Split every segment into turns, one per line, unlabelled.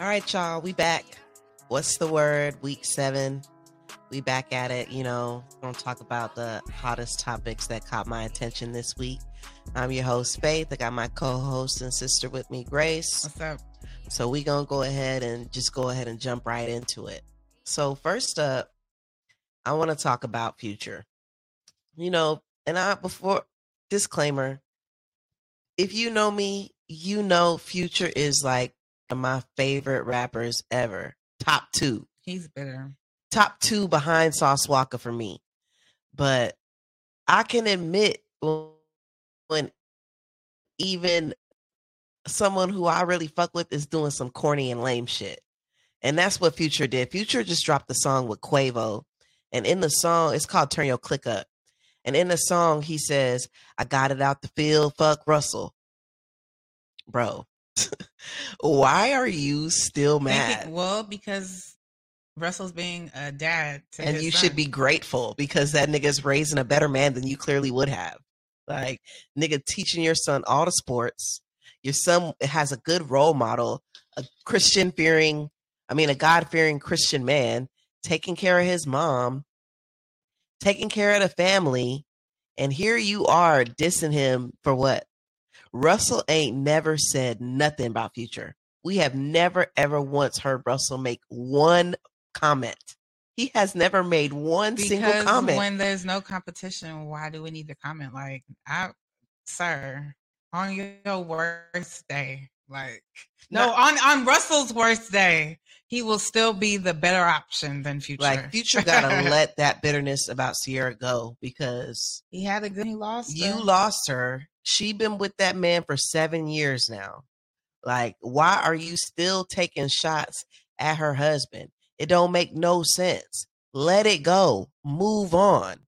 All right, y'all, we back. What's the word? Week seven. We back at it. You know, we're gonna talk about the hottest topics that caught my attention this week. I'm your host, Faith. I got my co-host and sister with me, Grace.
What's up?
So we gonna go ahead and just go ahead and jump right into it. So first up, I want to talk about future. You know, and I before disclaimer, if you know me, you know future is like one of my favorite rappers ever. Top two.
He's bitter.
Top two behind Sauce Walker for me. But I can admit when even someone who I really fuck with is doing some corny and lame shit. And that's what Future did. Future just dropped the song with Quavo. And in the song, it's called Turn Your Click Up. And in the song, he says, I got it out the field, fuck Russell. Bro, why are you still
Thinking-
mad?
well, because Russell's being a dad, to
and
his
you
son.
should be grateful because that nigga's raising a better man than you clearly would have. Like, nigga, teaching your son all the sports. Your son has a good role model, a Christian fearing, I mean, a God fearing Christian man, taking care of his mom, taking care of the family. And here you are dissing him for what? Russell ain't never said nothing about future. We have never, ever once heard Russell make one comment. He has never made one single
because
comment.
when there's no competition, why do we need to comment? Like, I, sir, on your worst day, like, no,
Not-
on on Russell's worst day, he will still be the better option than Future.
like Future gotta let that bitterness about Sierra go because
he had a good, he lost.
you
though.
lost her. She been with that man for seven years now. Like, why are you still taking shots at her husband? It don't make no sense. Let it go. Move on.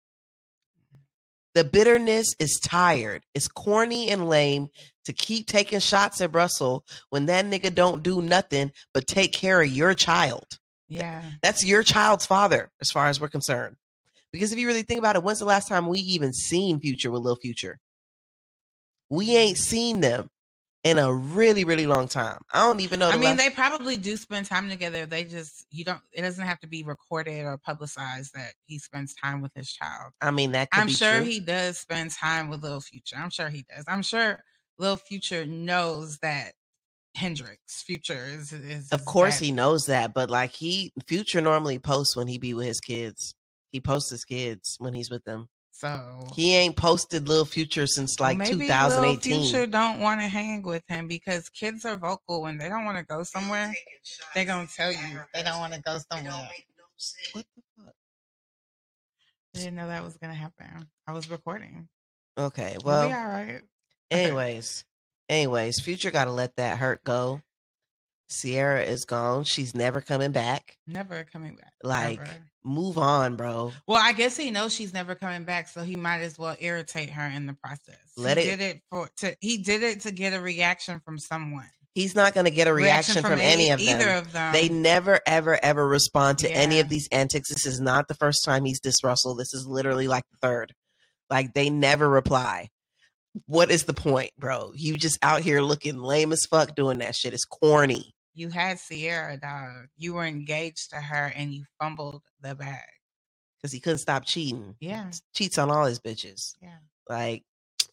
The bitterness is tired. It's corny and lame to keep taking shots at Russell when that nigga don't do nothing but take care of your child
Yeah,
that's your child's father as far as we're concerned because if you really think about it when's the last time we even seen future with lil future we ain't seen them in a really really long time i don't even know the
I mean,
last-
they probably do spend time together. They just you don't. It doesn't have to be recorded or publicized that he spends time with his child.
i mean that could
I'm
be
sure
true.
he does spend time with Lil Future. I'm sure he does. I'm sure Lil Future knows that Hendrix Future is. is
of course he knows that but like he future normally posts when he be with his kids he posts his kids when he's with them
So
he ain't posted lil future since like
maybe Lil
2018
Future don't want to hang with him because kids are vocal when they don't want to go somewhere. They gonna tell you they don't want to go somewhere.
what the fuck
I didn't know that was gonna happen. I was recording.
okay well
We'll be all right.
anyways, anyways, Future got to let that hurt go. Sierra is gone. She's never coming back.
Never coming back.
Like,
Never.
move on, bro.
Well, I guess he knows she's never coming back, so he might as well irritate her in the process.
Let
he
it-
did it for to he did it to get a reaction from someone.
He's not going to get a reaction, from,
a-
any of
e, either
them.
of them.
They never, ever, ever respond to any of
Yeah.
these antics. This is not the first time he's dissed Russell. This is literally like the third. Like, they never reply. What is the point, bro? You just out here looking lame as fuck doing that shit. It's corny.
you had Sierra, dog. You were engaged to her, and you fumbled the bag.
because he couldn't stop cheating.
Yeah.
cheats on all his bitches.
Yeah.
like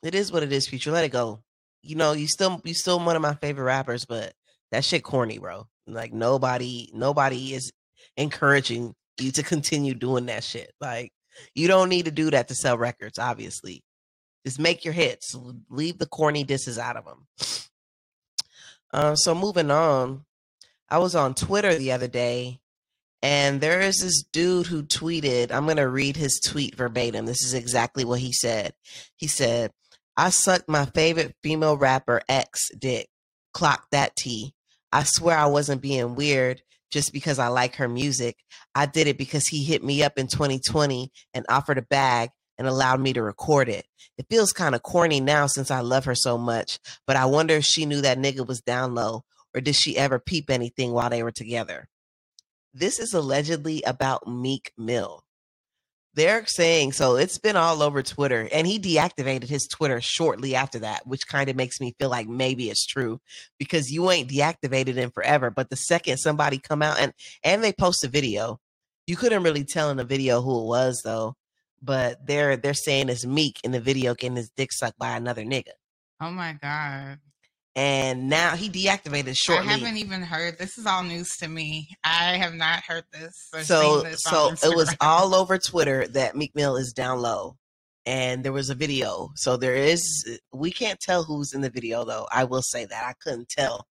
it is what it is. Future, let it go. You know, you still you still one of my favorite rappers, but that shit corny, bro. Like nobody nobody is encouraging you to continue doing that shit. Like you don't need to do that to sell records. Obviously, just make your hits. L- Leave the corny disses out of them. Um, so moving on, I was on Twitter the other day, and there is this dude who tweeted. I'm gonna read his tweet verbatim. This is exactly what he said. He said, "I sucked my favorite female rapper X dick. Clock that T. I swear I wasn't being weird." Just because I like her music. I did it because he hit me up in 2020 and offered a bag and allowed me to record it. It feels kind of corny now since I love her so much, but I wonder if she knew that nigga was down low or did she ever peep anything while they were together? This is allegedly about Meek Mill. They're saying so it's been all over Twitter and he deactivated his Twitter shortly after that, which kind of makes me feel like maybe it's true because you ain't deactivated in forever. But the second somebody come out and and they post a video, you couldn't really tell in the video who it was though. But they're they're saying it's Meek in the video getting his dick sucked by another nigga.
Oh my god.
And now he deactivated
I
shortly.
haven't even heard. This is all news to me. I have not heard this. or
so
seen this
so
on
it was
Instagram.
all over Twitter that Meek Mill is down low, and there was a video. So there is we can't tell who's in the video though. I will say that I couldn't tell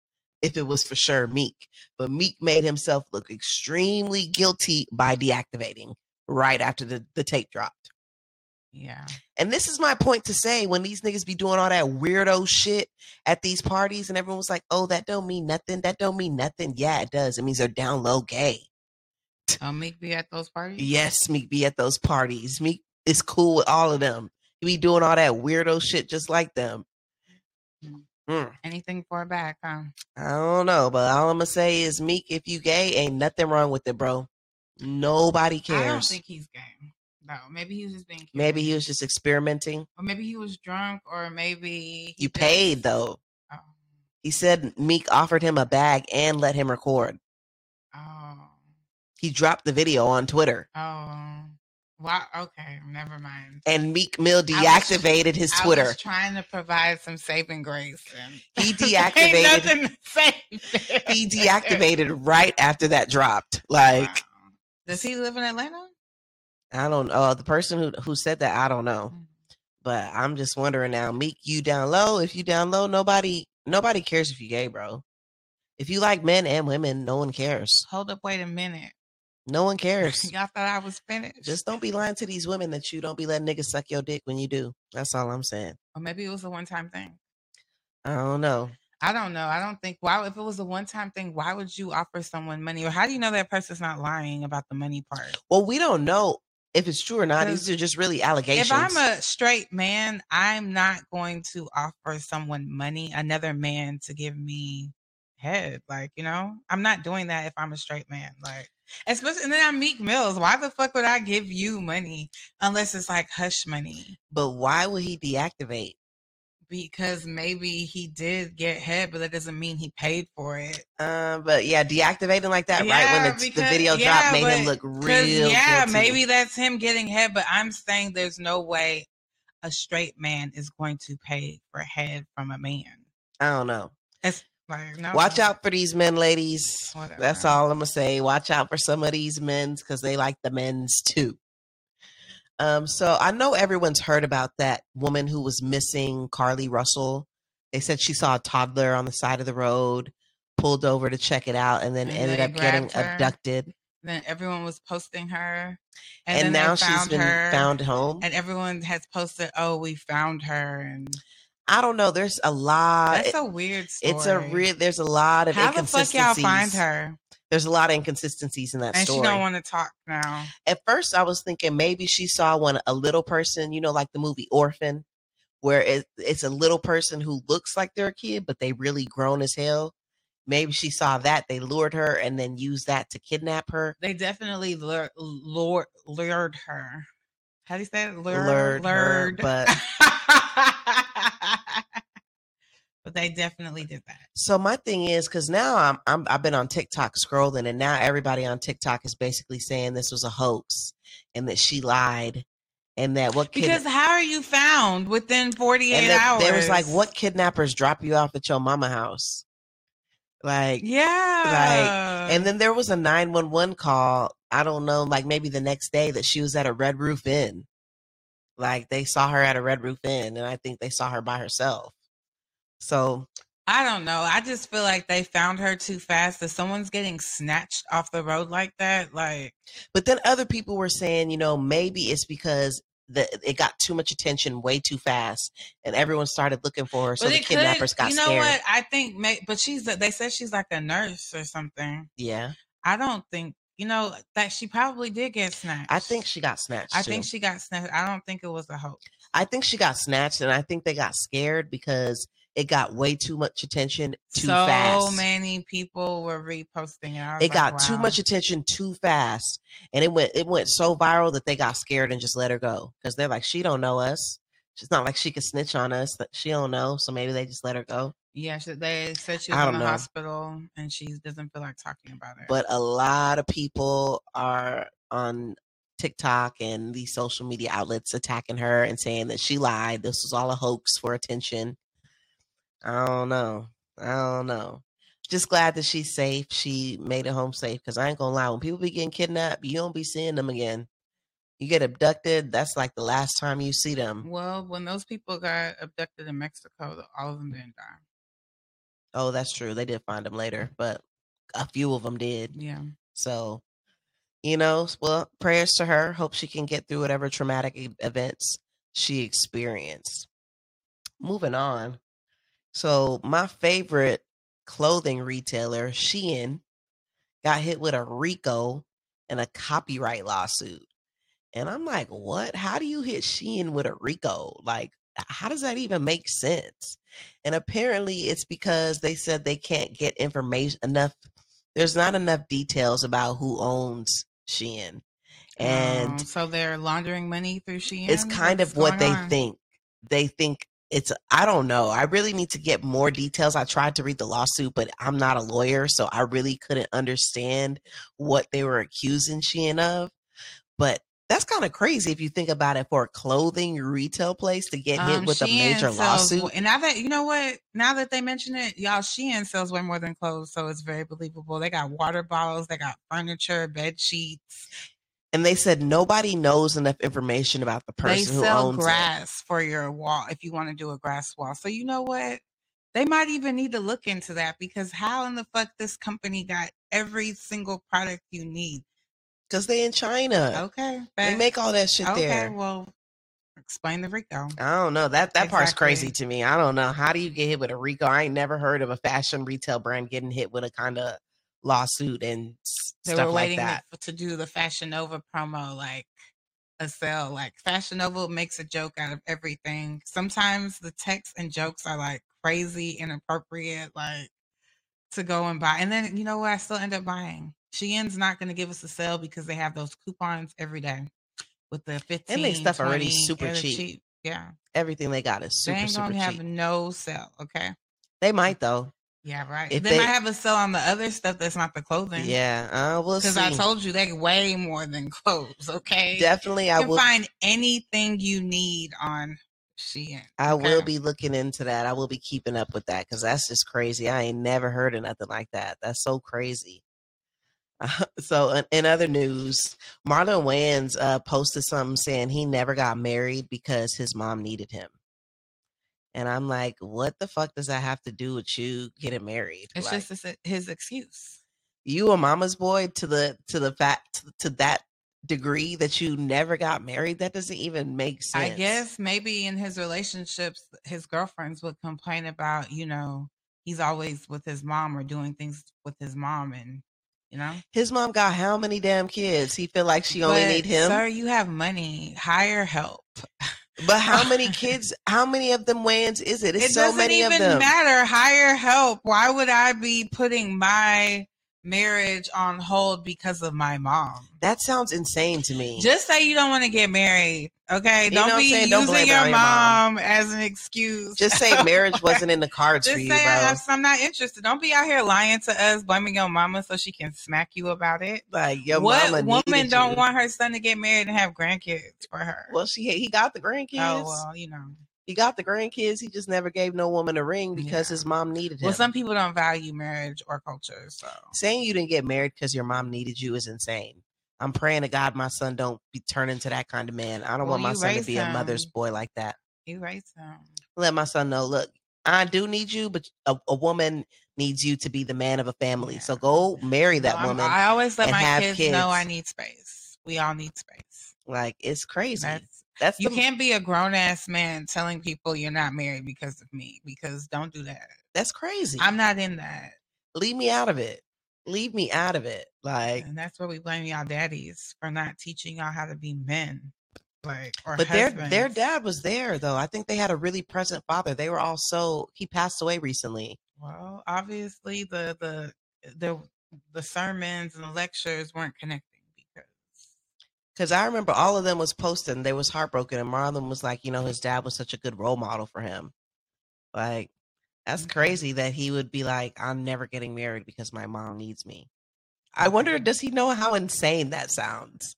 if it was for sure Meek, but Meek made himself look extremely guilty by deactivating right after the, the tape dropped.
Yeah.
And this is my point to say when these niggas be doing all that weirdo shit at these parties, and everyone was like, "Oh, that don't mean nothing. That don't mean nothing." Yeah, it does. It means they're down low gay.
Oh, Meek be at those parties.
Yes, Meek be at those parties. Meek is cool with all of them. He be doing all that weirdo shit just like them.
Mm.
Mm,
Anything for it back, huh?
I don't know, but all I'm gonna say is Meek, if you gay, ain't nothing wrong with it, bro. Nobody
I don't
cares.
think he's gay. No, maybe he was just being. cute.
Maybe he was just experimenting.
or maybe he was drunk, or maybe he
You
just-
paid though.
Oh,
He said Meek offered him a bag and let him record.
oh,
He dropped the video on Twitter.
oh. Wow. Okay, never mind.
And Meek Mill
was-
deactivated his
I
Twitter.
was trying to provide some saving grace. And
He
Ain't
deactivated
nothing to save there.
he deactivated right after that dropped. Like
Wow. Does he live in Atlanta?
I don't know. Uh, the person who who said that, I don't know.
Mm.
But I'm just wondering now, Meek, you down low. If you down low, nobody nobody cares if you gay, bro. If you like men and women, no one cares.
Hold up, wait a minute.
No one cares.
Y'all thought I was finished.
just don't be lying to these women that you don't be letting niggas suck your dick when you do. That's all I'm saying.
or maybe it was a one-time thing.
I don't know.
I don't know. I don't think why if it was a one-time thing, why would you offer someone money? Or how do you know that person's not lying about the money part?
Well, we don't know if it's true or not. These
Because
are just really allegations.
If I'm a straight man, I'm not going to offer someone money, another man to give me head. Like, you know, I'm not doing that if I'm a straight man. Like, especially, and then I'm Meek Mills. Why the fuck would I give you money unless it's like hush money?
but why would he deactivate?
Because maybe he did get head, but that doesn't mean he paid for it.
Uh, but yeah, deactivating like that, right? When the, the
because-
video
yeah,
drop made him
but-
look
'cause,
real.
yeah,
guilty.
maybe that's him getting head, but I'm saying there's no way a straight man is going to pay for head from a man.
I don't know.
It's like no.
Watch out for these men, ladies. That's
Whatever.
all I'm gonna say. Watch out for some of these men's because they like the men's too. Um, so I know everyone's heard about that woman who was missing, Carly Russell. They said she saw a toddler on the side of the road, pulled over to check it out, and then
And
ended
they
up getting
grabbed her.
abducted.
Then everyone was posting her,
And,
and, then
now
they
she's
found
been
her,
found home.
and everyone has posted, "Oh, we found her," and
I don't know. There's a lot.
that's a weird story.
Uh, it's a real. There's a lot of
How the fuck
inconsistencies.
y'all find her?
There's a lot of inconsistencies in that
And
story.
she don't want to talk now.
at first I was thinking maybe she saw one a little person, you know, like the movie Orphan, where it, it's a little person who looks like they're a kid, but they really grown as hell. Maybe she saw that they lured her and then used that to kidnap her.
They definitely lured, lured, lured her. How do you say it? Lured,
Lured her, but-
But they definitely did that.
So my thing is because now I'm, I'm I've been on TikTok scrolling, and now everybody on TikTok is basically saying this was a hoax and that she lied, and that what kid-
Because how are you found within 48
and that
hours?
there was like what kidnappers drop you off at your mama house, like
Yeah.
And then there was a 911 call, I don't know, like maybe the next day that she was at a Red Roof Inn. Like they saw her at a Red Roof Inn, and I think they saw her by herself. So
I don't know. I just feel like they found her too fast. If someone's getting snatched off the road like that, like
But then other people were saying, you know, maybe it's because the it got too much attention way too fast, and everyone started looking for her. So
but
the
it could-
kidnappers got
You know
scared.
what? I think may, but she's a- they said she's like a nurse or something.
Yeah,
I don't think you know that she probably did get snatched.
I think she got snatched.
I think
too.
she got snatched. I don't think it was a hoax.
I think she got snatched, and I think they got scared because It got way too much attention too
so
fast.
many people were reposting it. I was
it got
like,
too
wow.
much attention too fast, and it went it went so viral that they got scared and just let her go because they're like, she don't know us. She's not like she could snitch on us. That she don't know, so maybe they just let her go.
Yeah, she, they said she was
I
in
don't
the
know.
hospital and she doesn't feel like talking about it.
But a lot of people are on TikTok and these social media outlets attacking her and saying that she lied. This was all a hoax for attention. I don't know. I don't know. Just glad that she's safe. She made it home safe. Cause I ain't gonna lie, when people be getting kidnapped, you don't be seeing them again. You get abducted, that's like the last time you see them.
well, when those people got abducted in Mexico, all of them didn't die.
Oh, that's true. They did find them later, but a few of them did.
Yeah.
So, you know, s- well, prayers to her. Hope she can get through whatever traumatic e- events she experienced. Moving on. So, my favorite clothing retailer, Shein, got hit with a RICO and a copyright lawsuit. And I'm like, what? How do you hit Shein with a RICO? Like, h- how does that even make sense? And apparently, it's because they said they can't get information enough. There's not enough details about who owns Shein. And
Um, so they're laundering money through Shein.
it's kind
What's
of what
going
they
on?
think. They think it's, I don't know. I really need to get more details. I tried to read the lawsuit, but I'm not a lawyer, so I really couldn't understand what they were accusing Shein of. But that's kind of crazy if you think about it for a clothing retail place to get hit
Um,
with a
Shein
major
sells
lawsuit.
w- And now that you know what, now that they mention it, y'all, Shein sells way more than clothes, so it's very believable. They got water bottles, they got furniture, bed sheets.
and they said nobody knows enough information about the person
they
who
sell
owns it.
grass for your wall if you want to do a grass wall. So you know what? They might even need to look into that because how in the fuck this company got every single product you need?
Because they in China.
Okay,
They
facts.
make all that shit
okay.
there.
Well, explain the Rico.
I don't know. That that part's crazy
Exactly.
to me. I don't know. How do you get hit with a Rico? I ain't never heard of a fashion retail brand getting hit with a kind of lawsuit and s-
They
stuff
were
like
waiting
that.
to do the Fashion Nova promo, like a sale. Like Fashion Nova makes a joke out of everything. Sometimes the texts and jokes are like crazy, inappropriate, like to go and buy. And then you know what? I still end up buying. Shein's not going to give us a sale because they have those coupons every day with the fifteen.
they stuff already
20,
super
they're
cheap.
Yeah,
Everything they got is
they
super
ain't
super
gonna
cheap.
have no sale. Okay.
They might though.
Yeah, right.
If
they, might
they-
have a sale on the other stuff that's not the clothing.
Yeah, uh, we'll
Because
see.
I told you they way more than clothes. Okay.
Definitely, I
you can
will.
find anything you need on Shein.
I will
okay?
be looking into that. I will be keeping up with that because that's just crazy. I ain't never heard of nothing like that. That's so crazy. so, in, in other news, Marlon Wayans uh, posted something saying he never got married because his mom needed him. And I'm like, what the fuck does that have to do with you getting married?
It's
Like,
just his, his excuse.
you a mama's boy to the to the fact to that degree that you never got married. That doesn't even make sense.
I guess maybe in his relationships, his girlfriends would complain about, you know, he's always with his mom or doing things with his mom and, you know.
his mom got how many damn kids? He feel like she only
But,
need him.
Sir, you have money. Hire help.
But how many kids? How many of them wins is it? It's
it
so
doesn't
many
even
of them.
matter. Hire help. Why would I be putting my marriage on hold because of my mom?
That sounds insane to me.
Just say you don't want to get married, okay?
You know what
don't
I'm
be
saying?
using
Don't blame it
your
on
mom,
your mom.
as an excuse.
Just say marriage wasn't in the cards
Just
for you,
say I
bro.
have, I'm not interested. Don't be out here lying to us, blaming your mama so she can smack you about it.
Like your
what
mama
woman
needed
don't
you.
want her son to get married and have grandkids for her?
Well, she he got the grandkids.
oh well, you know.
He got the grandkids. He just never gave no woman a ring because
Yeah.
his mom needed him.
Well, some people don't value marriage or culture, so
Saying you didn't get married because your mom needed you is insane. I'm praying to God my son don't be turn into that kind of man. I don't
Well,
want my
you
son to
raised
be a mother's
him.
boy like that.
you right. Sam.
let my son know look i do need you but a, a woman needs you to be the man of a family so
Yeah.
go marry that
No, I'm-
woman
I always let
and
my
have
kids, know I
kids.
need space. We all need space.
like it's crazy that's,
That's
the,
you can't be a grown ass man telling people you're not married because of me. Because don't do that.
that's crazy
I'm not in that.
leave me out of it leave me out of it like
And that's where we blame y'all daddies for not teaching y'all how to be men. like or
but their their
husbands.
dad was there though. I think they had a really present father. They were all so he passed away recently.
Well, obviously the the the the sermons and the lectures weren't connecting because
Cause I remember all of them was posting. They was heartbroken, and Marlon was like, you know, his dad was such a good role model for him. Like, that's
Mhm.
crazy that he would be like, I'm never getting married because my mom needs me. I wonder, does he know how insane that sounds?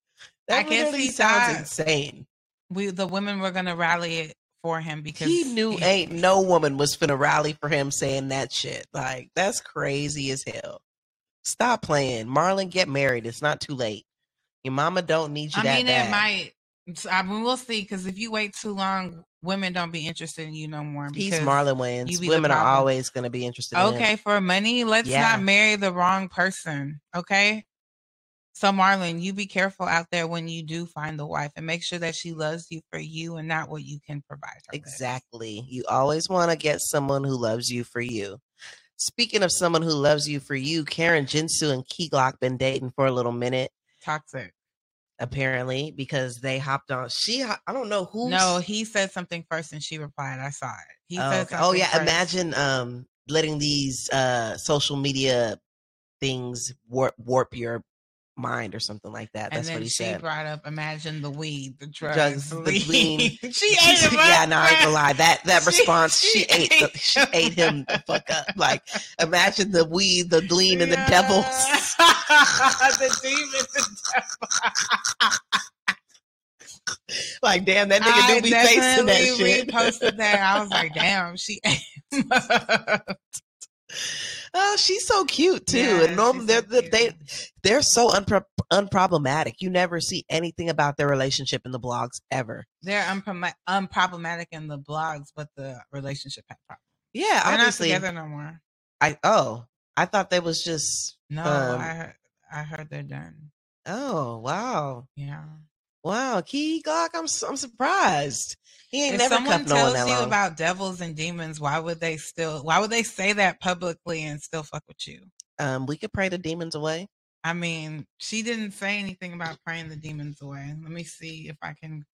That
I guess
literally
he
sounds
thought-
insane.
we the women were gonna rally it for him because
he knew
he-
ain't no woman was finna rally for him saying that shit. Like that's crazy as hell. Stop playing, Marlon. Get married. It's not too late. Your mama don't need you
I
that
mean,
bad.
it might. it's- I mean, we'll see. Because if you wait too long, women don't be interested in you no more.
He's
because-
Marlon Wayans.
you be the
Women are
problem.
always gonna be interested. in him.
Okay, for money, let's
Yeah.
not marry the wrong person. Okay. So, Marlon, you be careful out there when you do find the wife, and make sure that she loves you for you and not what you can provide. Her with.
Exactly. You always want to get someone who loves you for you. Speaking of someone who loves you for you, Karen Jinsu and Key Glock been dating for a little minute,
Toxic.
apparently, because they hopped on. She, ho- I don't know who.
No, he said something first, and she replied. I saw it. He
oh,
said
okay. Oh,
something
yeah.
first.
Imagine um letting these uh social media things warp warp your mind or something like that.
And
That's
then
what he
she
said.
brought up, imagine the weed, the
Drugs,
drugs,
the
the
lean.
weed. she
She
ate
said,
him up.
yeah, no, I ain't gonna lie. That that
She-
response, she,
she
ate, the,
ate
she
him
ate him the fuck up. Like, imagine the weed, the glean, and the
Yeah.
devils.
the demon, the devil.
Like, damn, that nigga
I
do be facing that
definitely
shit.
reposted that. I was like, damn, she ate him up.
Oh, she's so cute too.
Yeah,
and normally
she's
they're
so
the-
cute.
they they're so unpro- unproblematic. You never see anything about their relationship in the blogs ever.
They're unprom- unproblematic in the blogs, but the relationship had problems.
Yeah,
They're
obviously.
not together no more.
I oh, I thought they was just
No,
Um,
I heard, I heard they're done.
oh wow
Yeah.
wow Key Glock. I'm su- I'm surprised he ain't
if
never
someone
cuffed no one
tells
that
you
long.
about devils and demons, why would they still? Why would they say that publicly and still fuck with you?
um, we could pray the demons away.
I mean, she didn't say anything about praying the demons away. Let me see if I can.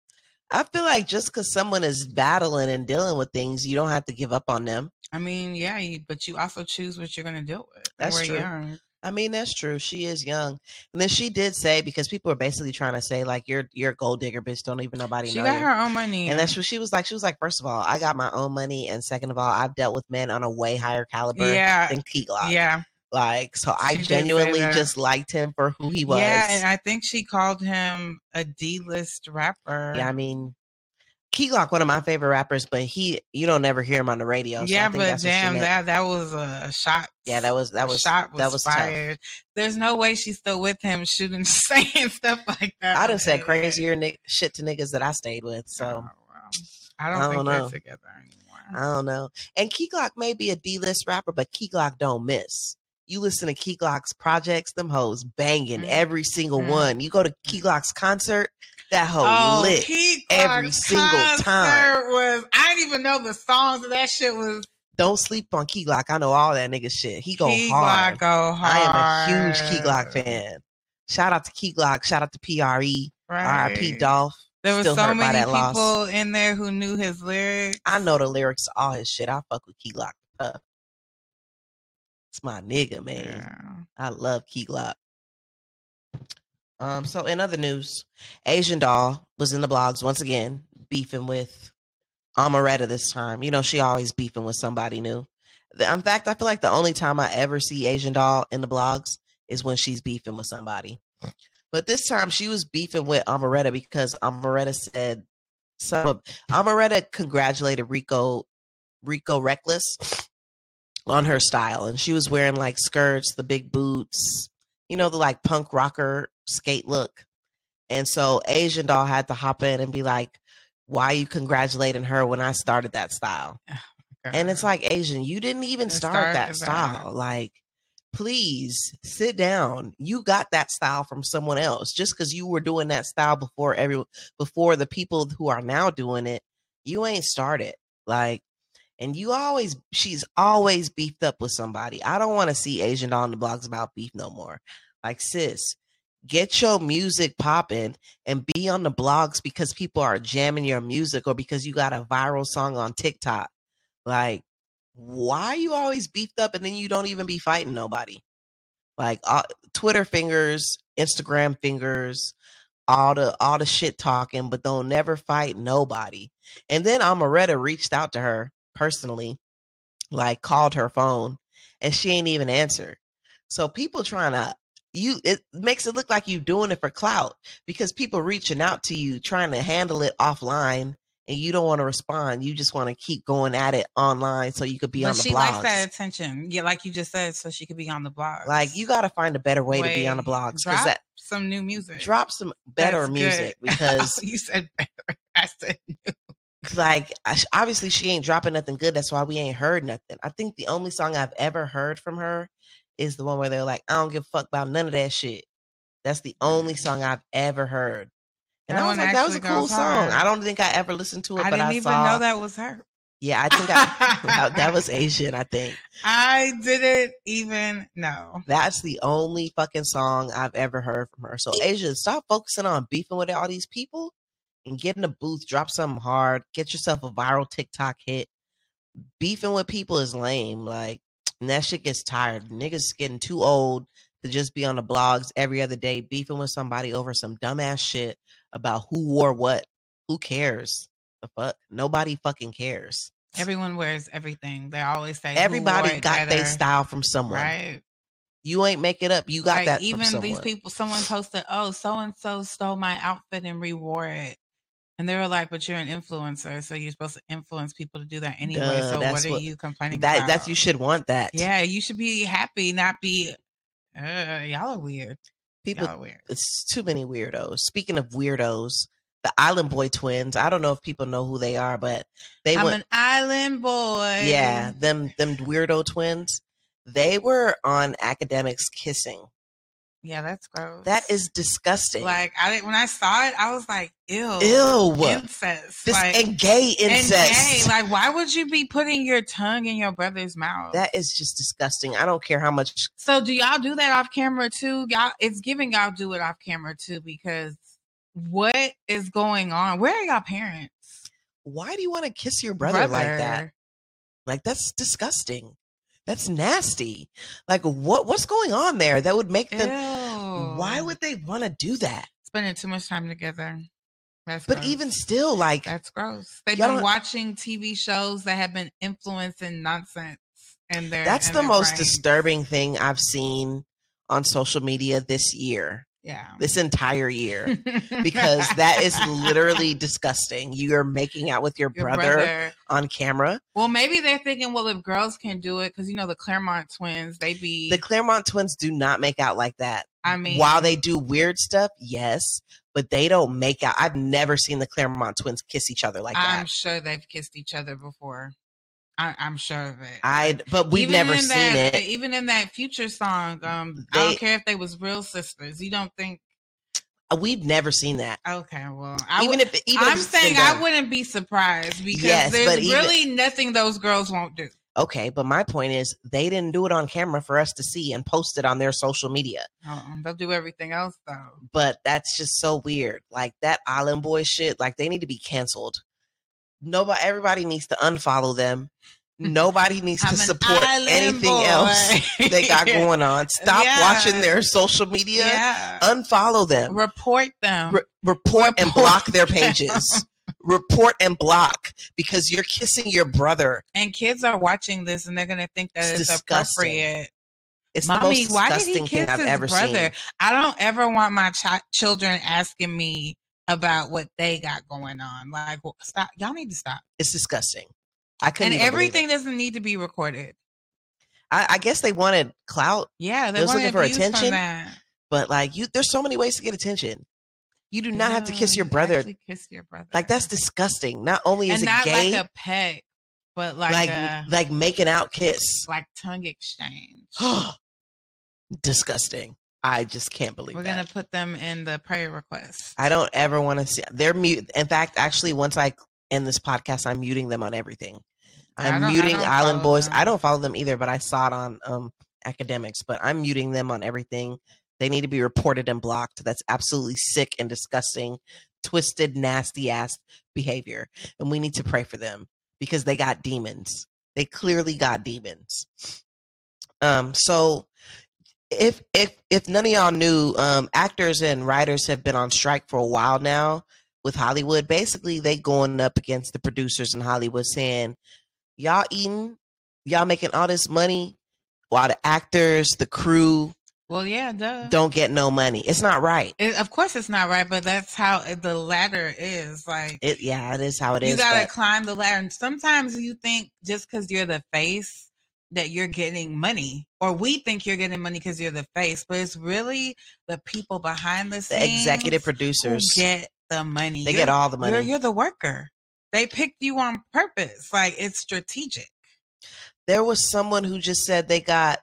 I feel like just because someone is battling and dealing with things, you don't have to give up on them.
I mean, yeah, you, but you also choose what you're gonna deal with. and
That's
we're
true.
young.
I mean, that's true. She is young, and then she did say because people are basically trying to say like you're you're a gold digger, bitch. Don't even nobody
She
know
got
you.
her own money.
And that's what she was like. She was like, first of all, I got my own money, and second of all, I've dealt with men on a way higher caliber
yeah,
than Key Glock.
yeah,
Like, so I
She did say
genuinely
that.
just liked him for who he was.
yeah. And I think she called him a D-list rapper.
Yeah, I mean, Key Glock, one of my favorite rappers, but he, you don't ever hear him on the radio. So
yeah,
I think
but
that's what she
damn,
meant.
that that was a shot.
yeah, that was that was
shot was,
that was tough.
fired. There's no way she's still with him shooting, saying stuff like that.
I
on
done
the
said
internet.
crazier ni- shit to niggas that I stayed with. So
Oh, wow. I don't
I
think
don't
they're
know.
together
I
anymore.
don't know. And Key Glock may be a D list rapper, but Key Glock don't miss. You listen to Key Glock's projects, them hoes banging
Mm.
every single
Mm.
one. You go to Key Glock's concert, that hoe lit.
Oh, Key
every
Clark's
single
concert
time.
Was I didn't even know the songs of that shit was.
don't sleep on Key Glock. I know all that nigga shit. He go
Key
hard.
Glock go hard.
I am a huge Key Glock fan. Shout out to Key Glock. Shout out to E. PRE.
Right.
RIP Dolph.
There were
Still
so
hurt by
many
that
people
loss.
in there who knew his lyrics.
I know the lyrics to all his shit. I fuck with Key Glock. tough. It's my nigga, man.
Yeah.
I love Key Glock. Um, so in other news, Asian Doll was in the blogs once again, beefing with Amaretta this time. You know, she always beefing with somebody new. The- In fact, I feel like the only time I ever see Asian Doll in the blogs is when she's beefing with somebody. But this time she was beefing with Amaretta because Amaretta said some of Amaretta congratulated Rico Rico Reckless on her style. And she was wearing like skirts, the big boots, you know, the like punk rocker skate look. And so Asian Doll had to hop in and be like, why you congratulating her when I started that style? And
Uh-huh.
it's like, Asian, you didn't even
It
start that
started that.
style. Like, please sit down. You got that style from someone else. Just because you were doing that style before everyone, before the people who are now doing it, you ain't started. Like, and you always, she's always beefed up with somebody. I don't want to see Asian on the blogs about beef no more. Like, sis, get your music popping and be on the blogs because people are jamming your music or because you got a viral song on TikTok. Like, why you always beefed up and then you don't even be fighting nobody? Like uh, Twitter fingers, Instagram fingers, all the all the shit talking, but don't never fight nobody. And then Amaretta reached out to her personally, like called her phone, and she ain't even answered. So people trying to you it makes it look like you doing it for clout because people reaching out to you trying to handle it offline and you don't want to respond. You just want to keep going at it online so you could be
but
on the
she likes
blog.
that attention. Yeah, like you just said, so she could be on the blog.
Like you got to find a better way, to be on the
Way-
blogs because
drop
that
some new music.
drop some better
That's good.
music because
you said better. I said
like I sh- obviously she ain't dropping nothing good. That's why we ain't heard nothing. I think the only song I've ever heard from her is the one where they're like, I don't give a fuck about none of that shit. That's the only song I've ever heard. And
Mm. That
I was
one
like, that was a
actually
cool
goes
song.
hard.
I don't think I ever listened to it,
I
but
didn't
I
even
saw.
know that was her.
Yeah, I think I, that was Asian. I think
I didn't even know.
That's the only fucking song I've ever heard from her. So Asia, stop focusing on beefing with all these people and get in the booth, drop something hard, get yourself a viral TikTok hit. Beefing with people is lame. Like and that shit gets tired. Niggas getting too old to just be on the blogs every other day, beefing with somebody over some dumbass shit about who wore what. Who cares? The fuck? Nobody fucking cares.
Everyone wears everything. They always say who wore
Everybody
it
got
better,
their style from someone.
right.
You ain't make it up. You got
like
that from
even
someone.
these people. Someone posted, "Oh, so and so stole my outfit and rewore it," and they were like, "But you're an influencer, so you're supposed to influence people to do that anyway.
Duh,
so
that's
what are
what-
you complaining
that
about?"
that's you should want that.
Yeah, you should be happy, not be. Uh, y'all are weird.
People
Y'all are weird.
it's too many weirdos. Speaking of weirdos, the Island Boy twins, I don't know if people know who they are, but they
I'm
went
an island boy.
yeah, them them weirdo twins. They were on academics kissing.
yeah, that's gross.
That is disgusting.
like I didn't. When I saw it, I was like, "Ew,
Ew.
incest."
this
like,
and gay
and
incest.
gay. Like, why would you be putting your tongue in your brother's mouth?
that is just disgusting. I don't care how much
So do y'all do that off camera too? Y'all, it's giving y'all do it off camera too because what is going on? Where are y'all parents?
why do you want to kiss your brother like that? Like that's disgusting. That's nasty. Like what what's going on there that would make them
Ew.
why would they want to do that?
spending too much time together? That's
But
gross.
even still, like
that's gross. They've
Y'all
been
don't-
watching TV shows that have been influencing nonsense, and their
that's
in
the
their
most
brains.
disturbing thing I've seen on social media this year,
Yeah,
this entire year, because that is literally disgusting. You're making out with your,
Your
brother, on camera.
Well, maybe they're thinking, well, if girls can do it, because you know the Claremont twins, they be.
The Claremont twins do not make out like that.
I mean,
While they do weird stuff, yes, but they don't make out. I've never seen the Claremont twins kiss each other like
I'm
that.
sure they've kissed each other before. I, I'm sure of it.
I but we've
Even
never
in
seen
that,
it.
Even in that future song, um, I
They-
don't care if they was real sisters. You don't think?
We've never seen that.
Okay, well, I
even
would.
if even if
I'm
it's been
saying I
done.
wouldn't be surprised because
Yes,
there's
but even-
really nothing those girls won't do.
Okay, but my point is they didn't do it on camera for us to see and post it on their social media.
Uh-uh, they'll do everything else though.
But that's just so weird. Like that Island Boy shit, like they need to be canceled. Nobody everybody needs to unfollow them. Nobody needs to
I'm an
support
island
anything
boy.
else they got going on. Stop
Yeah.
watching their social media.
Yeah.
Unfollow them.
Report them.
Re- report and
Report
block their
them.
pages. report and block because you're kissing your brother.
and kids are watching this and they're gonna think that
It's
it's,
disgusting.
appropriate.
It's the
Mommy,
most
why did
disgusting
he
thing
kiss
I've
his
ever
brother?
seen.
I don't ever want my chi- children asking me about what they got going on. Like, wh- stop. Y'all need to stop.
It's disgusting. I couldn't.
And
even believe it.
everything doesn't need to be recorded.
I, I guess they wanted clout,
Yeah,
They're
they're
looking
looking
for attention.
attention. That.
but like you, there's so many ways to get attention. You do not have to kiss your
No,
brother.
Mm, actually Kiss your brother.
Like that's disgusting. Not only is
and
it
not
gay,
like a peck, but like
like
a,
like making out kiss.
like tongue exchange.
disgusting. I just can't believe
We're
that.
gonna put them in the prayer request.
I don't ever want to see. They're mute. In fact, actually, once I end this podcast, I'm muting them on everything.
I
I'm
don't- I
muting
don't
Island
follow
Boys.
them.
I don't follow them either, but I saw it on um academics. But I'm muting them on everything. They need to be reported and blocked. That's absolutely sick and disgusting, twisted, nasty ass behavior. And we need to pray for them because they got demons. They clearly got demons. Um, so if if if none of y'all knew, um, actors and writers have been on strike for a while now with Hollywood. Basically, they going up against the producers in Hollywood saying, Y'all eating, y'all making all this money while the actors, the crew
Well, yeah, duh.
don't get no money. It's not right.
It, of course, it's not right, but that's how it- the ladder is. Like
It yeah, it is how it is.
you gotta
but
climb the ladder, and sometimes you think just because you're the face that you're getting money, or we think you're getting money because you're the face, but it's really the people behind the scenes,
the executive
who
producers
get the money.
they
You're-
get all the
You're,
money.
you're the worker. They picked you on purpose. Like it's strategic.
There was someone who just said they got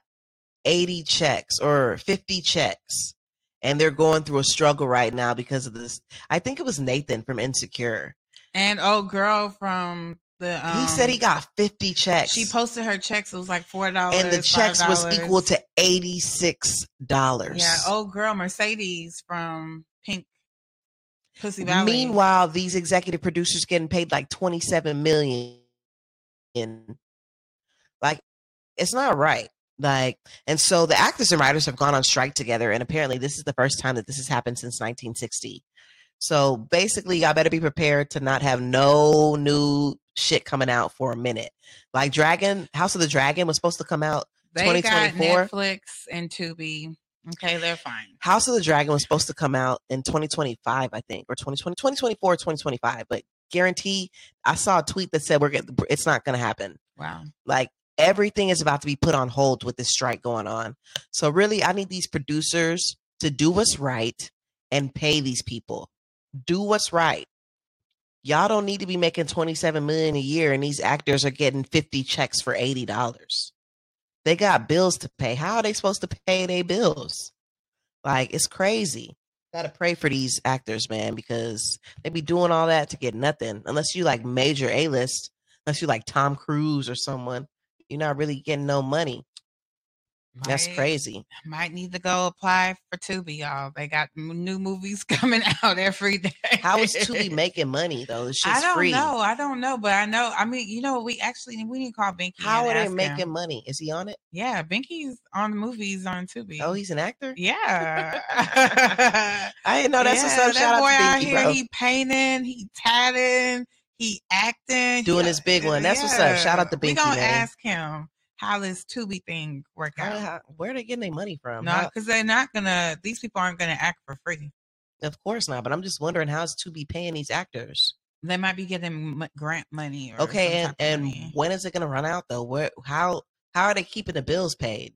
80 checks or 50 checks and they're going through a struggle right now because of this. I think it was Nathan from Insecure.
And old girl from the um,
he said he got 50 checks.
She posted her checks. It was like four dollars,
and the checks was equal to $86.
Yeah, old girl Mercedes from Pink Pussy Valley.
Meanwhile, these executive producers getting paid like 27 million. And like it's not right. Like, and so the actors and writers have gone on strike together, and apparently this is the first time that this has happened since 1960. So basically, y'all better be prepared to not have no new shit coming out for a minute. Like Dragon, House of the Dragon was supposed to come out.
they got
2024.
Netflix and Tubi. Okay, they're fine.
House of the Dragon was supposed to come out in 2025, I think, or 2020, 2024, or 2025. But guarantee, I saw a tweet that said we're get, it's not going to happen.
Wow.
Like everything is about to be put on hold with this strike going on. So really, I need these producers to do what's right and pay these people. Do what's right. Y'all don't need to be making 27 million a year and these actors are getting 50 checks for $80. They got bills to pay. How are they supposed to pay their bills? Like it's crazy. Gotta pray for these actors, man, because they be doing all that to get nothing. Unless you like major A list, unless you like Tom Cruise or someone, you're not really getting no money. That's
Might-
crazy.
Might need to go apply for Tubi, y'all. They got m- new movies coming out every day.
How is Tubi making money though? It's just
I don't
free.
know. I don't know, but I know. I mean, you know, we actually we need to call Binky.
How
and
are they
ask him.
making money? Is he on it?
Yeah, Binky's on the movies on Tubi.
Oh, he's an actor?
yeah.
I didn't know that's what's
Yeah,
up. Shout
that boy
out
out
to Binky,
here,
bro.
he painting, he tatting, he acting, he-
Doing his big one. That's what's up. Shout out to
Yeah. We
Binky,
gonna
man.
ask him how this Tubi thing work
How-
out.
how- where are they getting their money from?
No,
How-
because they're not gonna. These people aren't gonna act for free.
of course not, but I'm just wondering how's Tubi paying these actors?
They might be getting m- grant money. Or
Okay,
some
and,
type of
and
money.
when is it going to run out though? Where how how are they keeping the bills paid?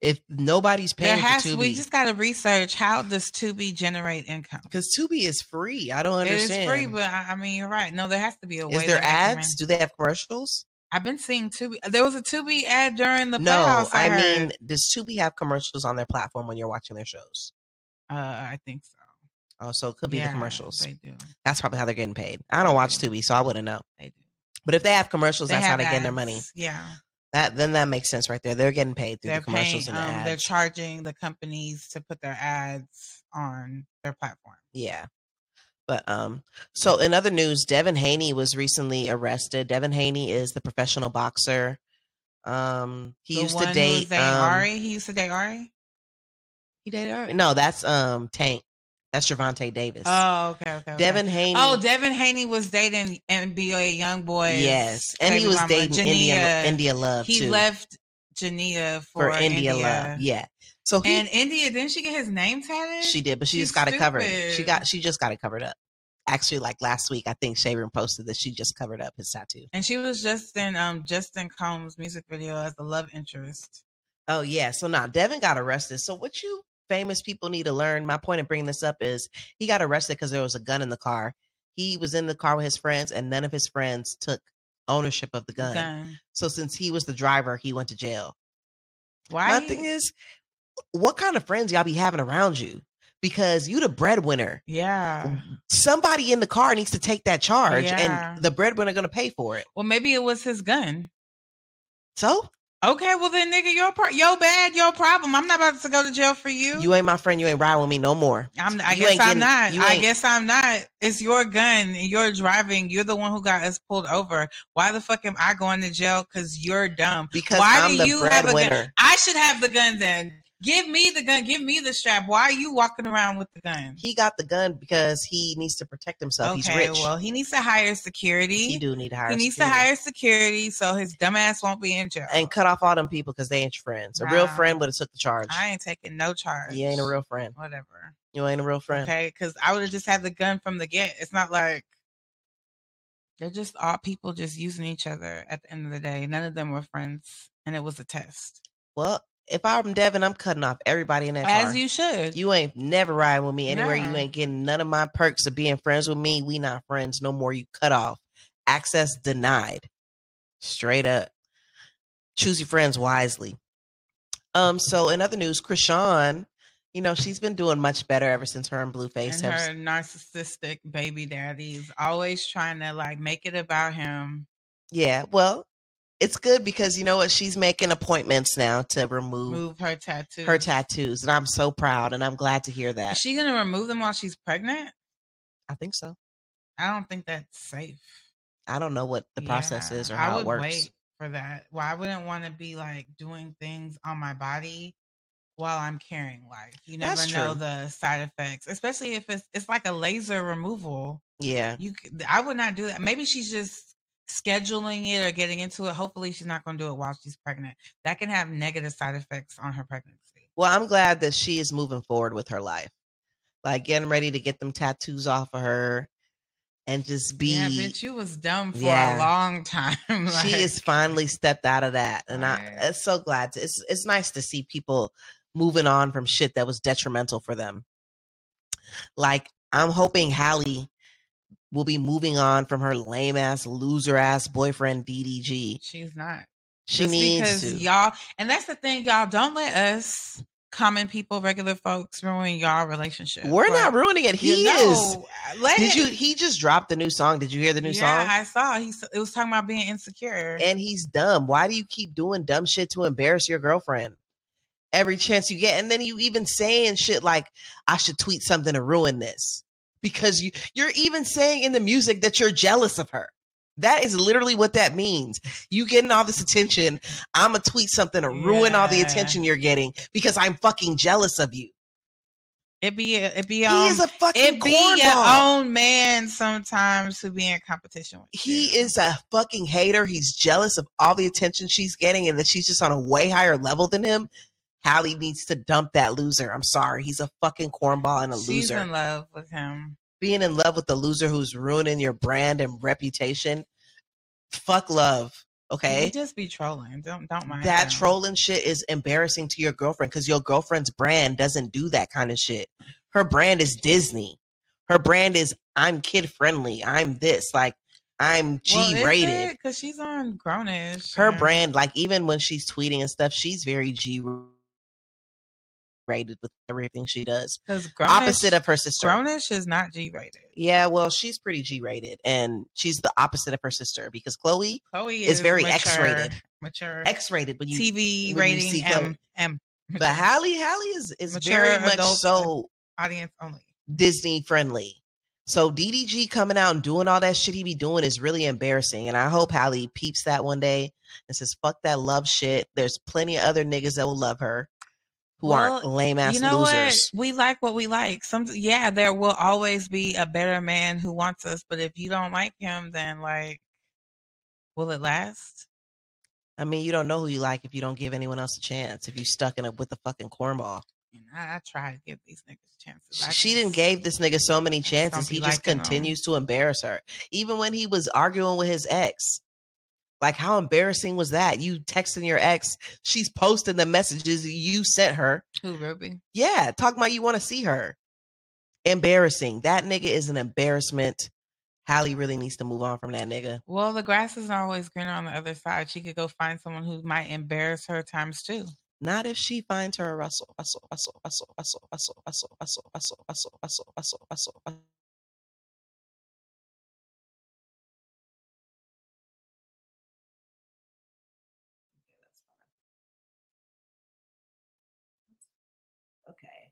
If nobody's
there
paying
has
for
we
Tubi,
just gotta research how does Tubi generate income.
because Tubi is free. I don't
It is
understand.
free, but I, I mean you're right. No, there has to be a way.
is there
they have to
ads?
rent-
Do they have commercials?
I've been seeing Tubi. There was a Tubi ad during the
No,
playoffs.
I,
heard.
mean, does Tubi have commercials on their platform when you're watching their shows?
uh, I think so.
Oh, so it could be
Yeah,
the commercials.
They do.
That's probably how they're getting paid. I don't watch Tubi, so I wouldn't know.
They do.
But if they have commercials, that's how
have
they get their money.
ads, Yeah,
That then that makes sense right there. They're getting paid through
they're
the commercials and
paying.
the
um,
ads.
they're charging the companies to put their ads on their platform.
Yeah. But um so in other news, Devin Haney was recently arrested. Devin Haney is the professional boxer. Um he
The
used
one
to
who
date
dated
um,
Ari. He used to date Ari.
He dated Ari? No, that's um Tank. That's Javante Davis.
Oh, okay, okay. okay.
Devin Haney.
Oh, Devin Haney was dating NBA young boy.
yes. And he was dating India India Love
He
too.
left Jania for,
for India, Love. Yeah. So he
And India didn't she get his name tatted?
she did, but she
she's
just got it covered. She
stupid.
got she just got it covered up. Actually, like last week, I think Sharon posted that she just covered up his tattoo.
and she was just in um Justin Combs music video as the love interest.
Oh yeah, so now Devin got arrested. So what you famous people need to learn. My point in bringing this up is he got arrested because there was a gun in the car. He was in the car with his friends, and none of his friends took ownership of the gun.
Done.
So since he was the driver, he went to jail.
Why?
My thing is, what kind of friends y'all be having around you? Because you the breadwinner. Mm.
yeah.
Somebody in the car needs to take that charge,
Yeah.
and the breadwinner gonna pay for it.
Well, maybe it was his gun.
So
Okay, well then, nigga, your part, your bad, your problem. I'm not about to go to jail for you.
You ain't my friend. You ain't ride with me no more.
I'm, I
you
guess
ain't
I'm
getting-
not.
you
I
ain't-
guess I'm not. It's your gun. and You're driving. You're the one who got us pulled over. Why the fuck am I going to jail? Because you're dumb.
Because
Why
I'm
do
the
you have a gun?
breadwinner.
I should have the gun then. Give me the gun. Give me the strap. Why are you walking around with the gun?
He got the gun because he needs to protect himself. He's
Okay,
rich.
well, he needs to hire security.
he do need to hire.
he needs
security.
to hire security so his dumb ass won't be in jail.
and cut off all them people because they ain't your friends. A real
Nah.
friend would have took the charge.
I ain't taking no charge.
You ain't a real friend.
whatever.
You ain't a real friend.
Okay, because I would have just had the gun from the get. It's not like they're just all people just using each other at the end of the day. None of them were friends, and it was a test.
Well, if I'm Devin, I'm cutting off everybody in that
As
car.
you should.
You ain't never riding with me anywhere. You
No.
ain't getting none of my perks of being friends with me. We not friends no more. You cut off. Access denied. Straight up. Choose your friends wisely. Um, so in other news, Krishan, you know, she's been doing much better ever since her and Blueface
and
have
her narcissistic baby daddy's always trying to like make it about him.
Yeah, well, it's good because you know what? She's making appointments now to remove
Move her tattoo.
her tattoos, and I'm so proud and I'm glad to hear that.
Is she gonna remove them while she's pregnant?
I think so.
I don't think that's safe.
I don't know what the process
Yeah,
is or
I
how
would
it works.
wait for that. Well, I wouldn't want to be like doing things on my body while I'm carrying life. You never
That's
know
true.
the side effects, especially if it's it's like a laser removal.
Yeah,
You, c- I would not do that. Maybe she's just scheduling it or getting into it. Hopefully, she's not going to do it while she's pregnant. That can have negative side effects on her pregnancy.
well, I'm glad that she is moving forward with her life, like getting ready to get them tattoos off of her and just be.
yeah, bitch, you was dumb for
yeah.
a long time. like,
she is finally stepped out of that, and
Right.
I, it's so glad. to- it's it's nice to see people moving on from shit that was detrimental for them. Like I'm hoping Hallie will be moving on from her lame ass loser ass boyfriend DDG.
She's not.
She
Just
needs
because
to.
y'all and that's the thing y'all don't let us common people regular folks ruin y'all relationship
We're not ruining it. He is.
let
Did
it-
you? He just dropped the new song. Did you hear the new
yeah
song? Eh,
i saw he s- it was talking about being insecure
and he's dumb. Why do you keep doing dumb shit to embarrass your girlfriend every chance you get? And then you even saying shit like, I should tweet something to ruin this because you, you're even saying in the music that you're jealous of her. That is literally what that means. You getting all this attention. I'm going to tweet something to ruin all the
Yeah.
attention you're getting because I'm fucking jealous of you.
it be a- it be your
He
own,
is a fucking
it be your
cornball.
own man sometimes who be in competition with
He
you.
is a fucking hater. He's jealous of all the attention she's getting and that she's just on a way higher level than him. Hallie needs to dump that loser. I'm sorry. He's a fucking cornball and a
she's
loser.
in love with him
Being in love with the loser who's ruining your brand and reputation. Fuck love.
he
Okay.
just be trolling don't don't mind
That
him.
trolling shit is embarrassing to your girlfriend because your girlfriend's brand doesn't do that kind of shit. Her brand is Disney. Her brand is I'm kid friendly. I'm this. Like I'm G rated.
because she's on grownish
her
and-
brand, like even when she's tweeting and stuff, she's very G rated with everything she does.
'cause
Opposite
Grownish-
of her sister.
grownish is not g-rated
yeah, well, she's pretty G rated, and she's the opposite of her sister because Chloe
Chloe
It's
Oh, is,
very
mature,
X-rated.
Mature.
X rated, but you
TV
when you see
rating
Chloe.
M M.
but Hallie Hallie is is very
Mature
much
adult.
so
audience only.
Disney friendly. So DDG coming out and doing all that shit he be doing is really embarrassing. And I hope Hallie peeps that one day and says, fuck that love shit. There's plenty of other niggas that will love her who aren't
Well,
lame ass
You know
losers.
what? We like what we like. Some yeah, there will always be a better man who wants us, but if you don't like him, then like, will it last?
I mean, you don't know who you like if you don't give anyone else a chance. If you stuck in a with the fucking cornball.
And I, I try to give these niggas chances. I
She, she didn't
just-
gave this nigga so many chances.
be
He just
liking 'em.
continues to embarrass her. Even when he was arguing with his ex. Like how embarrassing was that? You texting your ex, she's posting the messages you sent her.
who Ruby.
Yeah, talking about you want to see her. Embarrassing. That nigga is an embarrassment. Hallie really needs to move on from that nigga.
Well, the grass isn't always greener on the other side. She could go find someone who might embarrass her times two.
Not if she finds her a Russell, Russell, Russell, Russell, Russell, Russell, Russell, Russell, Russell, Russell, Russell, Russell, Russell, Russell.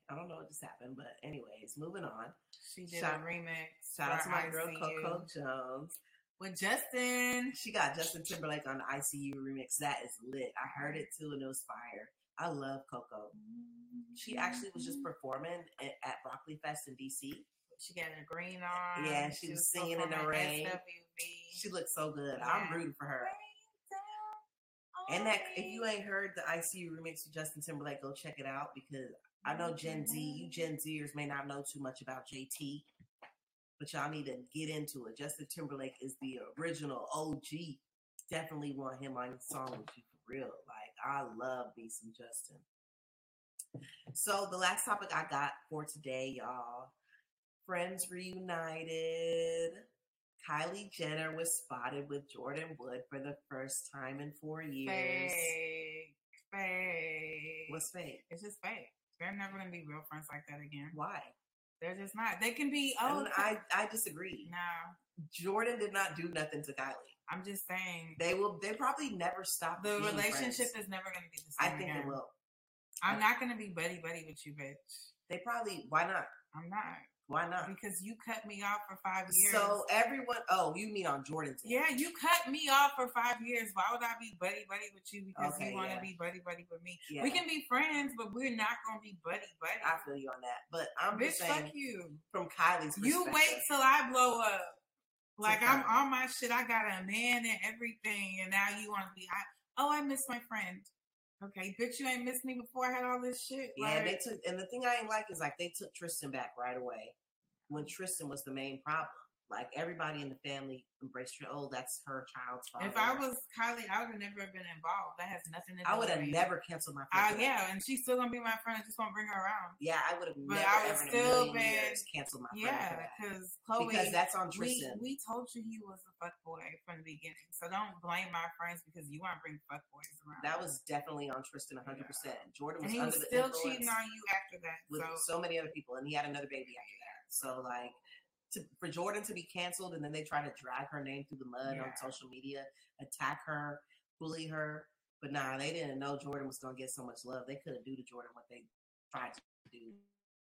I don't know what just happened, but anyways, moving on.
She did
Shout-
a remix.
Shout out
for
to my
I
girl
See You
Coco Jones.
with Justin.
She got Justin Timberlake on the ICU remix. That is lit. I heard it too and it was fire. I love Coco. She actually was just performing at, at Broccoli Fest in DC.
She got her green on.
Yeah, she was singing in the rain.
performing SWV.
She looked so good.
Yeah.
I'm rooting for her. And that if you ain't heard the ICU remix with Justin Timberlake, go check it out because I know Gen Z, you Gen Zers may not know too much about JT, but y'all need to get into it. Justin Timberlake is the original OG. Definitely want him on your song with you for real. Like I love me some Justin. So the last topic I got for today, y'all. Friends reunited. Kylie Jenner was spotted with Jordan Wood for the first time in four years.
fake, fake.
What's fake?
it's just fake. They're never gonna be real friends like that again.
Why?
They're just not. They can be.
Oh,
Oh,
and I I disagree.
no.
Jordan did not do nothing to Kylie.
I'm just saying
They will. They probably never stop.
the
being
relationship
friends.
is never gonna be the same.
I think
again.
it will.
I'm not gonna be buddy buddy with you, bitch.
They probably. Why not?
I'm not
Why not?
because you cut me off for five years.
Uh So everyone. Oh, you mean on Jordan's? end.
Yeah, you cut me off for five years. Why would I be buddy buddy with you because
Okay,
you want to
yeah.
be buddy buddy with me?
yeah.
We can be friends, but we're not gonna be buddy buddy.
I feel you on that, but I'm
Bitch,
just saying
fuck you.
from Kylie's perspective.
You wait till I blow up. Like I'm
fuck.
on my shit. I got a man and everything, and now you want to be. I, oh, I miss my friend. Okay, bitch, you ain't missed me before I had all this shit.
Yeah,
like,
they took. And the thing I ain't like is like they took Tristan back right away when Tristan was the main problem. Like everybody in the family embraced her. Oh, that's her child's father.
if I was Kylie, I would have never been involved. That has nothing to do.
I would
with
have
me.
never canceled my.
Uh,
friendship.
yeah, and she's still gonna be my friend. I just gonna bring her around.
Yeah, I would have never
But I
ever
would
in a
still
million
been-
years canceled my friend for
Yeah,
that.
because Chloe.
because that's on
we,
Tristan.
we told you he was a fuck boy from the beginning, so don't blame my friends because you want to bring fuck boys around.
that was definitely on Tristan 100%. Jordan
and
was
he
under
was
the
still
influence
cheating on you after that.
with
so
so many other people, and he had another baby after that. So, like, to, for Jordan to be canceled and then they try to drag her name through the mud on
Yeah.
social media, attack her, bully her. But nah, they didn't know Jordan was going to get so much love. They couldn't do to Jordan what they tried to do.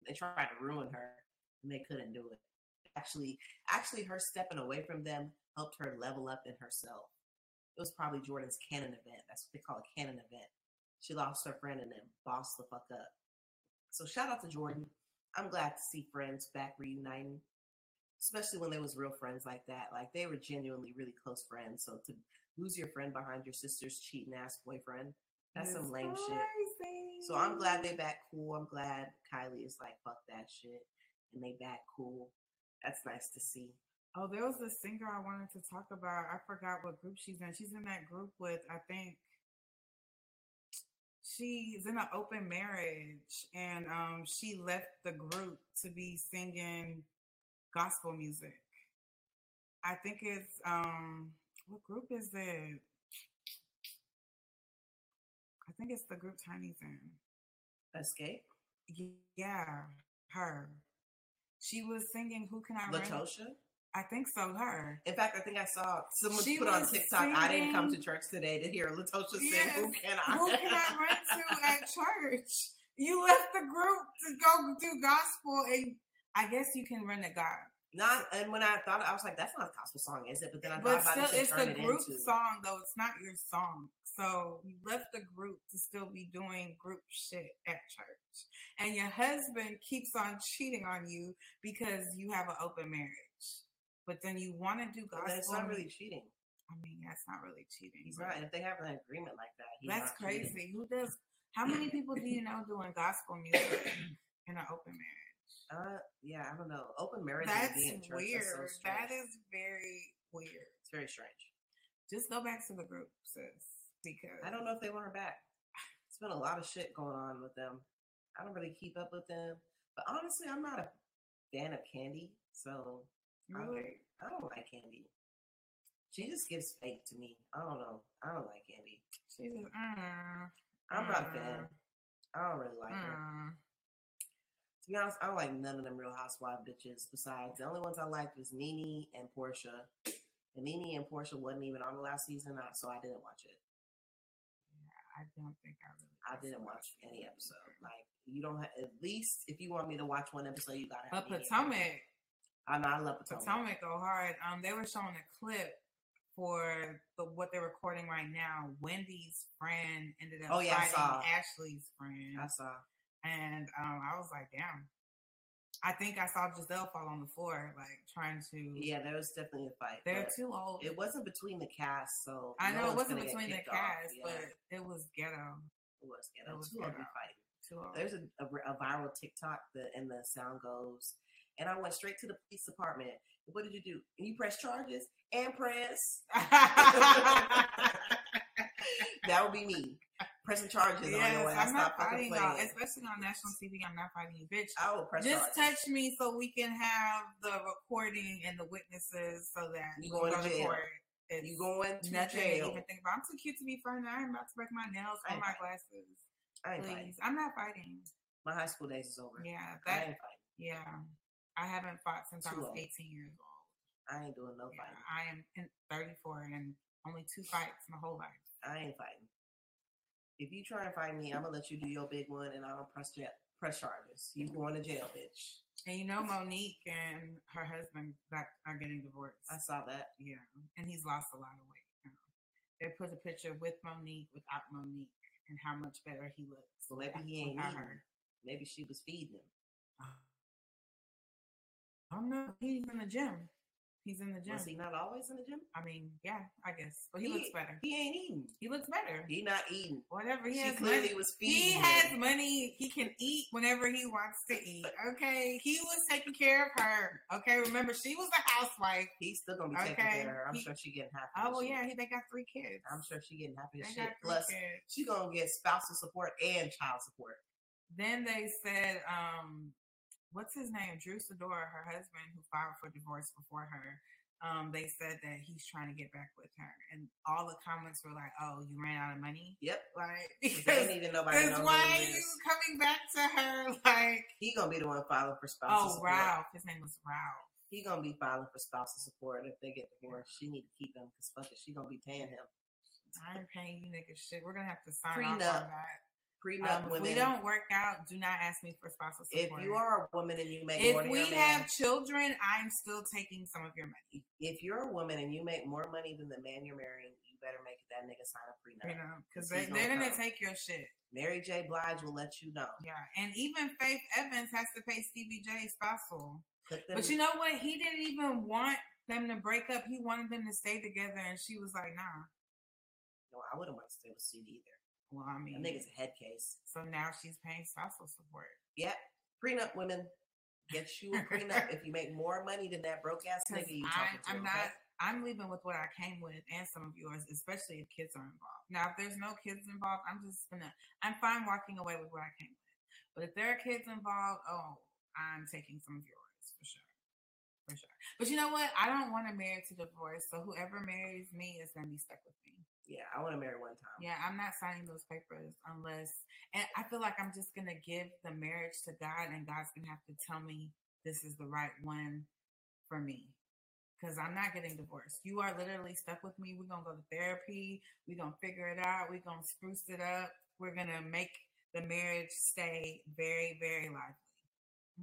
They tried to ruin her, and they couldn't do it. Actually, actually, her stepping away from them helped her level up in herself. It was probably Jordan's canon event. That's what they call a canon event. She lost her friend and then bossed the fuck up. So shout out to Jordan. I'm glad to see friends back reuniting, especially when they was real friends like that. Like they were genuinely really close friends. So to lose your friend behind your sister's cheating ass boyfriend, that's some lame shit. So I'm glad they back cool. I'm glad Kylie is like fuck that shit, and they back cool. That's nice to see.
Oh, there was a singer I wanted to talk about. I forgot what group she's in. She's in that group with, I think, she's in an open marriage, and um, she left the group to be singing gospel music. I think it's um, what group is it? I think it's the group Tiny's in.
Escape
Y- Yeah, her. She was singing "Who Can I Run?" to?"
Latosha.
I think so. Her.
In fact, I think I saw someone
She
put on
was
TikTok. I didn't come to
singing-
church today to hear Latosha sing. Who
Yes.
can I?
Who can I run to at church? You left the group to go do gospel, and I guess you can run to God.
Not and when I thought I was like, that's not a gospel song, is it? But then I
But
thought
still,
about it
it's
to turn
the
it
group
into
song, though. It's not your song. So you left the group to still be doing group shit at church. And your husband keeps on cheating on you because you have an open marriage. But then you want to do
But
gospel.
then it's not really cheating.
I mean, that's not really cheating.
He's
but-
not. If they have an agreement like that, he's
That's
not cheating.
crazy. Who does? How many people do you know doing gospel music in an open marriage?
Uh, yeah, I don't know. Open marriage and being in
That's
church
weird.
That's so strange.
that is very weird.
It's very strange.
Just go back to the group, sis. Because
I don't know if they want her back. It's been a lot of shit going on with them. I don't really keep up with them. But honestly, I'm not a fan of Candy, so
really.
I don't like Candy. She just gives fake to me. I don't know. I don't like Candy.
She's just, mm,
I'm not a fan.
mm,
I don't really like her.
mm.
To be honest, I don't like none of them Real Housewife bitches. Besides, the only ones I liked was Nene and Portia. And Nene and Portia wasn't even on the last season, uh, so I didn't watch it.
I don't think I really.
I didn't watch any episode. Like you don't have at least if you want me to watch one episode, you gotta.
But
have me in.
Potomac,
I know I love Potomac.
Potomac go hard. Um, they were showing a clip for the what they're recording right now. Wendy's friend ended up
Oh, yeah, I
fighting
saw.
Ashley's friend,
I saw.
and um, I was like, damn. I think I saw Giselle fall on the floor, like trying to.
Yeah, there was definitely a fight.
they're
but
too old.
it wasn't between the cast, so
I
no
know it
one's
wasn't
gonna get
between the
kicked off.
cast,
Yeah,
but it was ghetto.
it was. Yeah,
it
there
was
was two of them
ghetto.
fighting.
Too old.
There's a, a, a viral TikTok that and the sound goes, and I went straight to the police department. What did you do? And you press charges and press. that would be me pressing charges on your
yes,
ass.
I'm
Stop
not
fucking
fighting
playing.
y'all, especially on national TV. I'm not fighting you, bitch.
I will press
Just
charges.
touch me so we can have the recording and the witnesses so that
You
when we
going to jail.
It's
you going to
nothing to
jail?
even think about. I'm too cute to be fighting. I'm about to break my nails
I
or
ain't
my
fighting.
glasses.
I ain't fighting.
Please, I'm not fighting.
My high school days is over.
Yeah,
I
that.
ain't
Yeah, I haven't fought since I
Too
was
old. Oh,
18 years old.
fighting. I ain't doing no
Yeah,
fighting.
I am in 34 and only two fights my whole life.
I ain't fighting. If you try and fight me, I'm gonna let you do your big one, and I don't press ja- press charges. You going to jail, bitch?
And you know Monique and her husband got, are getting divorced.
I saw that.
Yeah, and he's lost a lot of weight. now. They put a picture with Monique, without Monique, and how much better he looks.
So maybe
without-
he ain't
without
eating. Maybe she was feeding him.
I don't know. He's in the gym. He's in the gym.
Was he not always in the gym?
I mean, yeah, I guess. But he, looks better.
He ain't eating.
He looks better.
He not eating.
Whatever he
she
has money.
clearly was feeding
He
him.
has money. He can eat whenever he wants to eat. Okay. He was taking care of her. Okay. Remember, she was a housewife.
He's still gonna be taking
Okay.
care of her. I'm
He-
sure she getting happy.
Oh,
as
well,
shit.
yeah. He, they got three kids.
I'm sure she getting happy as
They
shit.
got three
Plus,
kids.
she gonna get spousal support and child support.
Then they said, um, what's his name? Drew Sidora, her husband who filed for divorce before her. Um, they said that he's trying to get back with her. And all the comments were like, oh, you ran out of money?
Yep.
Like,
'Cause They ain't
because
even nobody know who
why
he
are you
is.
coming back to her? Like,
He gonna be the one filing for spousal
oh,
support.
Ralph. His name was Ralph.
He gonna be filing for spousal support if they get divorced. She need to keep him because fuck it, she gonna be paying him.
I ain't paying you niggas shit. We're going to have to sign off
Prenup.
on that.
Prenup
Um, if
women.
we don't work out, do not ask me for spousal
if
support.
you are a woman and you make more
if
than
we
your man,
have children, I'm still taking some of your money.
if you're a woman and you make more money than the man you're marrying, you better make that nigga sign a prenup.
you know,
'Cause
because they,
he's
they're
gonna
gonna
come.
take your shit.
Mary J. Blige will let you know.
Yeah, and even Faith Evans has to pay Stevie J spousal.
Put them,
But you know what? He didn't even want them to break up. He wanted them to stay together, and she was like, "Nah."
No, I wouldn't want to stay with CD either.
Well, I mean,
That nigga's a head case.
so now she's paying spousal support.
Yep. Prenup women. Get you a prenup. if you make more money than that broke ass
'Cause
nigga you
I,
talking to.
I'm
okay?
not. I'm leaving with what I came with, and some of yours, especially if kids are involved. Now, if there's no kids involved, I'm just gonna. I'm fine walking away with what I came with. But if there are kids involved, oh, I'm taking some of yours for sure, for sure. But you know what? I don't want to marry to divorce, so whoever marries me is gonna be stuck with me.
Yeah, I want to marry one time.
Yeah, I'm not signing those papers unless, and I feel like I'm just gonna give the marriage to God, and God's gonna have to tell me this is the right one for me, because I'm not getting divorced. You are literally stuck with me. We're gonna go to therapy. We're gonna figure it out. We're gonna spruce it up. We're gonna make the marriage stay very, very lively.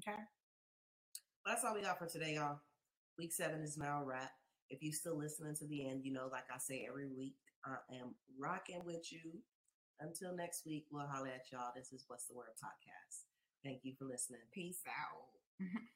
Okay.
Well, that's all we got for today, y'all. Week seven is now a wrap. If you still listening to the end, you know, like I say every week, I am rocking with you. Until next week, we'll holler at y'all. This is What's the Word podcast. Thank you for listening.
Peace out.